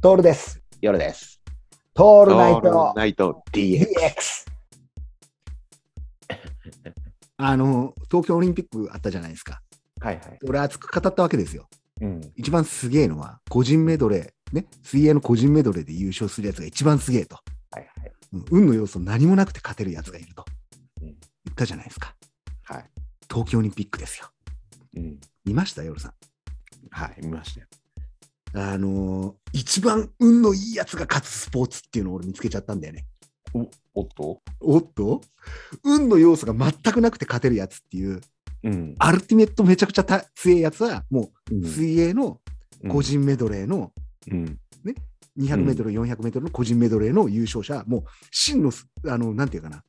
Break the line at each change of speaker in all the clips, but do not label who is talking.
トールです。
夜です。
ト
オ
ールナイト
ナイト DX。
DX。あの、東京オリンピックあったじゃないですか。
はいはい。
俺熱く語ったわけですよ。
うん。
一番すげえのは、個人メドレー、ね、水泳の個人メドレーで優勝するやつが一番すげえと。
はいはい。
うん運の要素何もなくて勝てるやつがいると。
うん
言ったじゃないですか。
はい。
東京オリンピックですよ。
うん。
見ました、夜さん。
はい、見ましたよ。
あのー一番運のいいやつが勝つスポーツっていうのを俺見つけちゃったんだよね。
おっと
おっと運の要素が全くなくて勝てるやつっていう、
うん。
アルティメットめちゃくちゃた強いやつは、もう水泳の
うん
個人メドレーの
うん。
200メートル、400メートルの個人メドレーの優勝者、もう真の、あの、なんていうかな、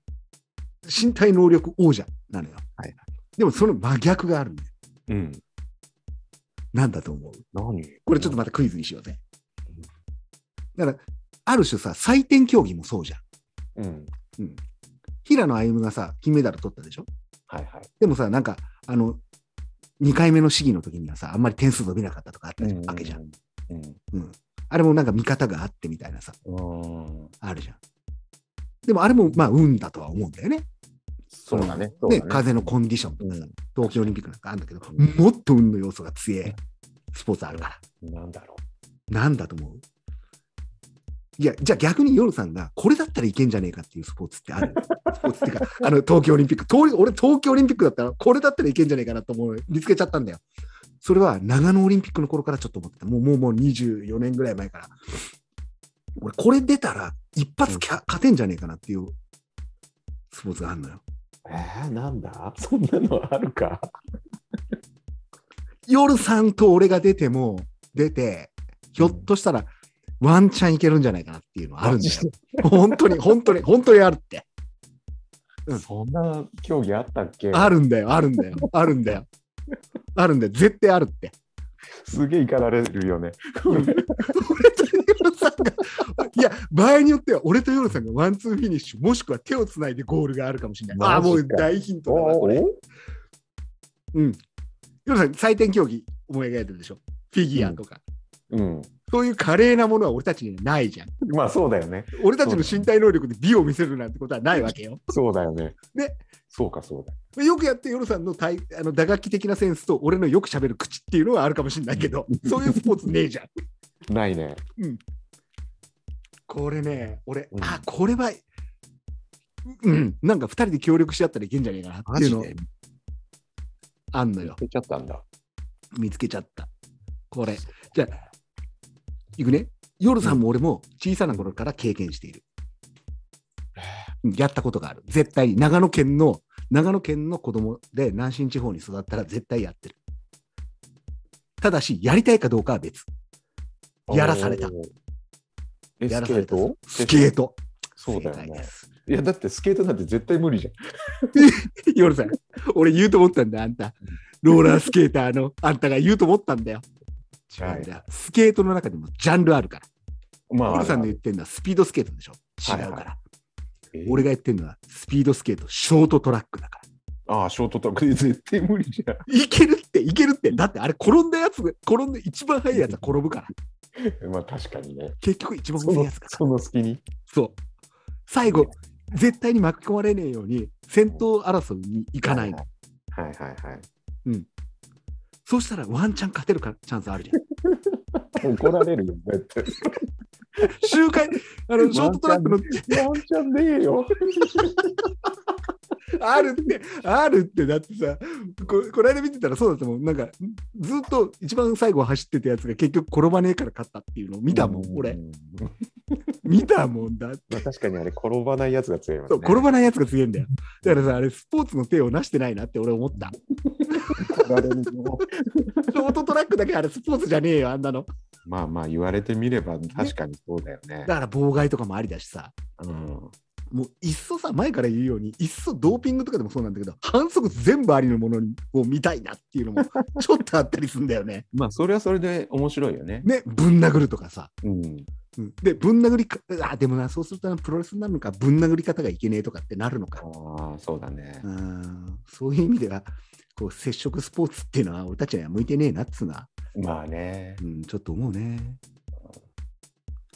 身体能力王者なのよ。
はい
でもその真逆があるんだよ。
うん。
なんだと思う
何
これちょっとまたクイズにしようぜ。だから、ある種さ、採点競技もそうじゃん。
うん。
平野歩夢がさ、金メダル取ったでしょ
はいはい。
でもさ、なんか、あの、2回目の試技の時にはさ、あんまり点数伸びなかったとかあったわけじゃん。
うん。
うん。あれもなんか見方があってみたいなさ、
うん。
あるじゃん。でもあれもまあ運だとは思うんだよね。
そうだね。そうだ
ね、風のコンディションと
う
かさ、
ん
東京オリンピックなんかあるんだけど、
うん
もっと運の要素が強いスポーツあるから。
なんだろ
なんだと思ういや、じゃあ逆に夜さんが、これだったらいけんじゃねえかっていうスポーツってあるスポーツっていうか、あの、東京オリンピック。東俺、東京オリンピックだったら、これだったらいけんじゃねえかなと思う。見つけちゃったんだよ。それは、長野オリンピックの頃からちょっと思ってた。もう、もう、もう24年ぐらい前から。俺、これ出たら、一発キャ勝てんじゃねえかなっていうスポーツがあるのよ。
う。えー、なんだそんなのあるか。
夜さんと俺が出ても、出て、ひょっとしたら、ワンチャンいけるんじゃないかなっていうのはあるんだよ。本当に、本当に、本当にあるって。うん
そんな競技あったっけ
あるんだよ、あるんだよ、あるんだよ。あるんだよ、絶対あるって。
すげえ怒られるよね。
俺と夜さんが、いや、場合によっては、俺と夜さんがワンツーフィニッシュ、もしくは手をつないでゴールがあるかもしれない。ああ、
マジ
も
か
う大ヒントだな、
お
これ。
お
うん。夜さん、採点競技思い描いてるでしょ。フィギュアとか。
うん。
そういう華麗なものは俺たちにはないじゃん。
まあそうだよね。
俺たちの身体能力で美を見せるなんてことはないわけよ。
そうだよね。
ね。
そうかそうだ。
よくやって、ヨロさんの体あの打楽器的なセンスと、俺のよく喋る口っていうのはあるかもしれないけど、そういうスポーツねえじゃん。
ないね。
これね、俺、
うん
あ、これは、うん、なんか2人で協力し合ったらいけんじゃねえかなっていうのあんのよ。
出ちゃったんだ。
見つけちゃった。これ。じゃあ、いくね。ヨロさんも俺も小さな頃から経験している。うんやったことがある。絶対に。長野県の、長野県の子供で南信地方に育ったら絶対やってる。ただし、やりたいかどうかは別。やらされた
おー。え
や
ス
ら
ケ
され
ー
た
ト
スケー
ト
ト。
そうだよ
正解
ね
で。す。
いや、だってスケートなんて絶対無理じゃん。
夜さん、俺言うと思ったんだ、あんた。ローラースケーターの、あんたが言うと思ったんだよ。違うんだよ。スケートの中でもジャンルあるから。
ま
夜さんの言ってるのはスピードスケートでしょ。違うから。
はいえー
俺が言ってるのはスピードスケート、ショートトラックだから。
ああ、ショートトラックで絶対無理じゃん。
いけるって、いけるって。だってあれ、転んだやつが、転んで一番速いやつは転ぶから。
まあ確かにね。
結局一番
そ
遅い
の
やつが。
その隙に。
そう。最後、絶対に巻き込まれねえように、先頭争いに行かないの。
はいはいはい
そうしたらワンチャン勝てるかチャンスあるじゃん。
はい。怒られるよ、絶対。
周回、あの、ショートトラックの、
ワンチャンねえよ。
あるって、あるって、だってさ、ここの間見てたらそうだったもん。なんか、ずっと一番最後走ってたやつが結局転ばねえから勝ったっていうのを見たもん、
う
俺。
ま
見たもんだって。
あ確かにあれ、転ばないやつが強いわ、ね。
そう転ばないやつが強いんだよ。だからさ、あれ、スポーツの手をなしてないなって俺思った。
怒られるよ
ショートトラックだけあれ、スポーツじゃねえよ、あんなの。
まあまあ言われてみれば確かにそうだよね。
だから妨害とかもありだしさ、
うん、
もういっそさ、前から言うように、いっそドーピングとかでもそうなんだけど、反則全部ありのものを見たいなっていうのも、ちょっとあったりするんだよね。
まあそれはそれで面白いよね。
ね、ぶん殴るとかさ。
うん、
うんで、ぶん殴りか、あ、でもな、そうするとなプロレスになるのか、ぶん殴り方がいけねえとかってなるのか。
ああ、そうだね
う。んそういう意味では、こう、接触スポーツっていうのは、俺たちには向いてねえなっつうのは、
まあね。
うん、ちょっと思うね。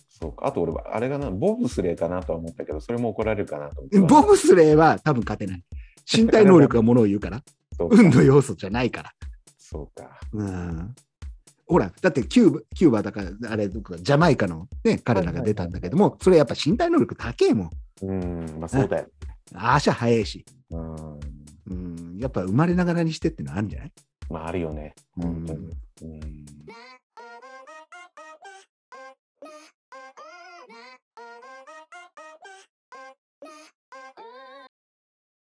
そうか。あと俺は、あれがな、ボブスレーかなとは思ったけど、それも怒られるかなと思って。
ボブスレーは多分勝てない。身体能力がものを言うから、
そうか
運の要素じゃないから。
そうか。
うんほら、だってキューバ、キューバだから、あれ、どこかジャマイカのね、彼らが出たんだけども、それやっぱ身体能力高えもん。
うん、まあそうだよ。
足速いし。
うん。
うん、やっぱ生まれながらにしてってのあるんじゃない
まああるよね。
う
本当に
ん。
うん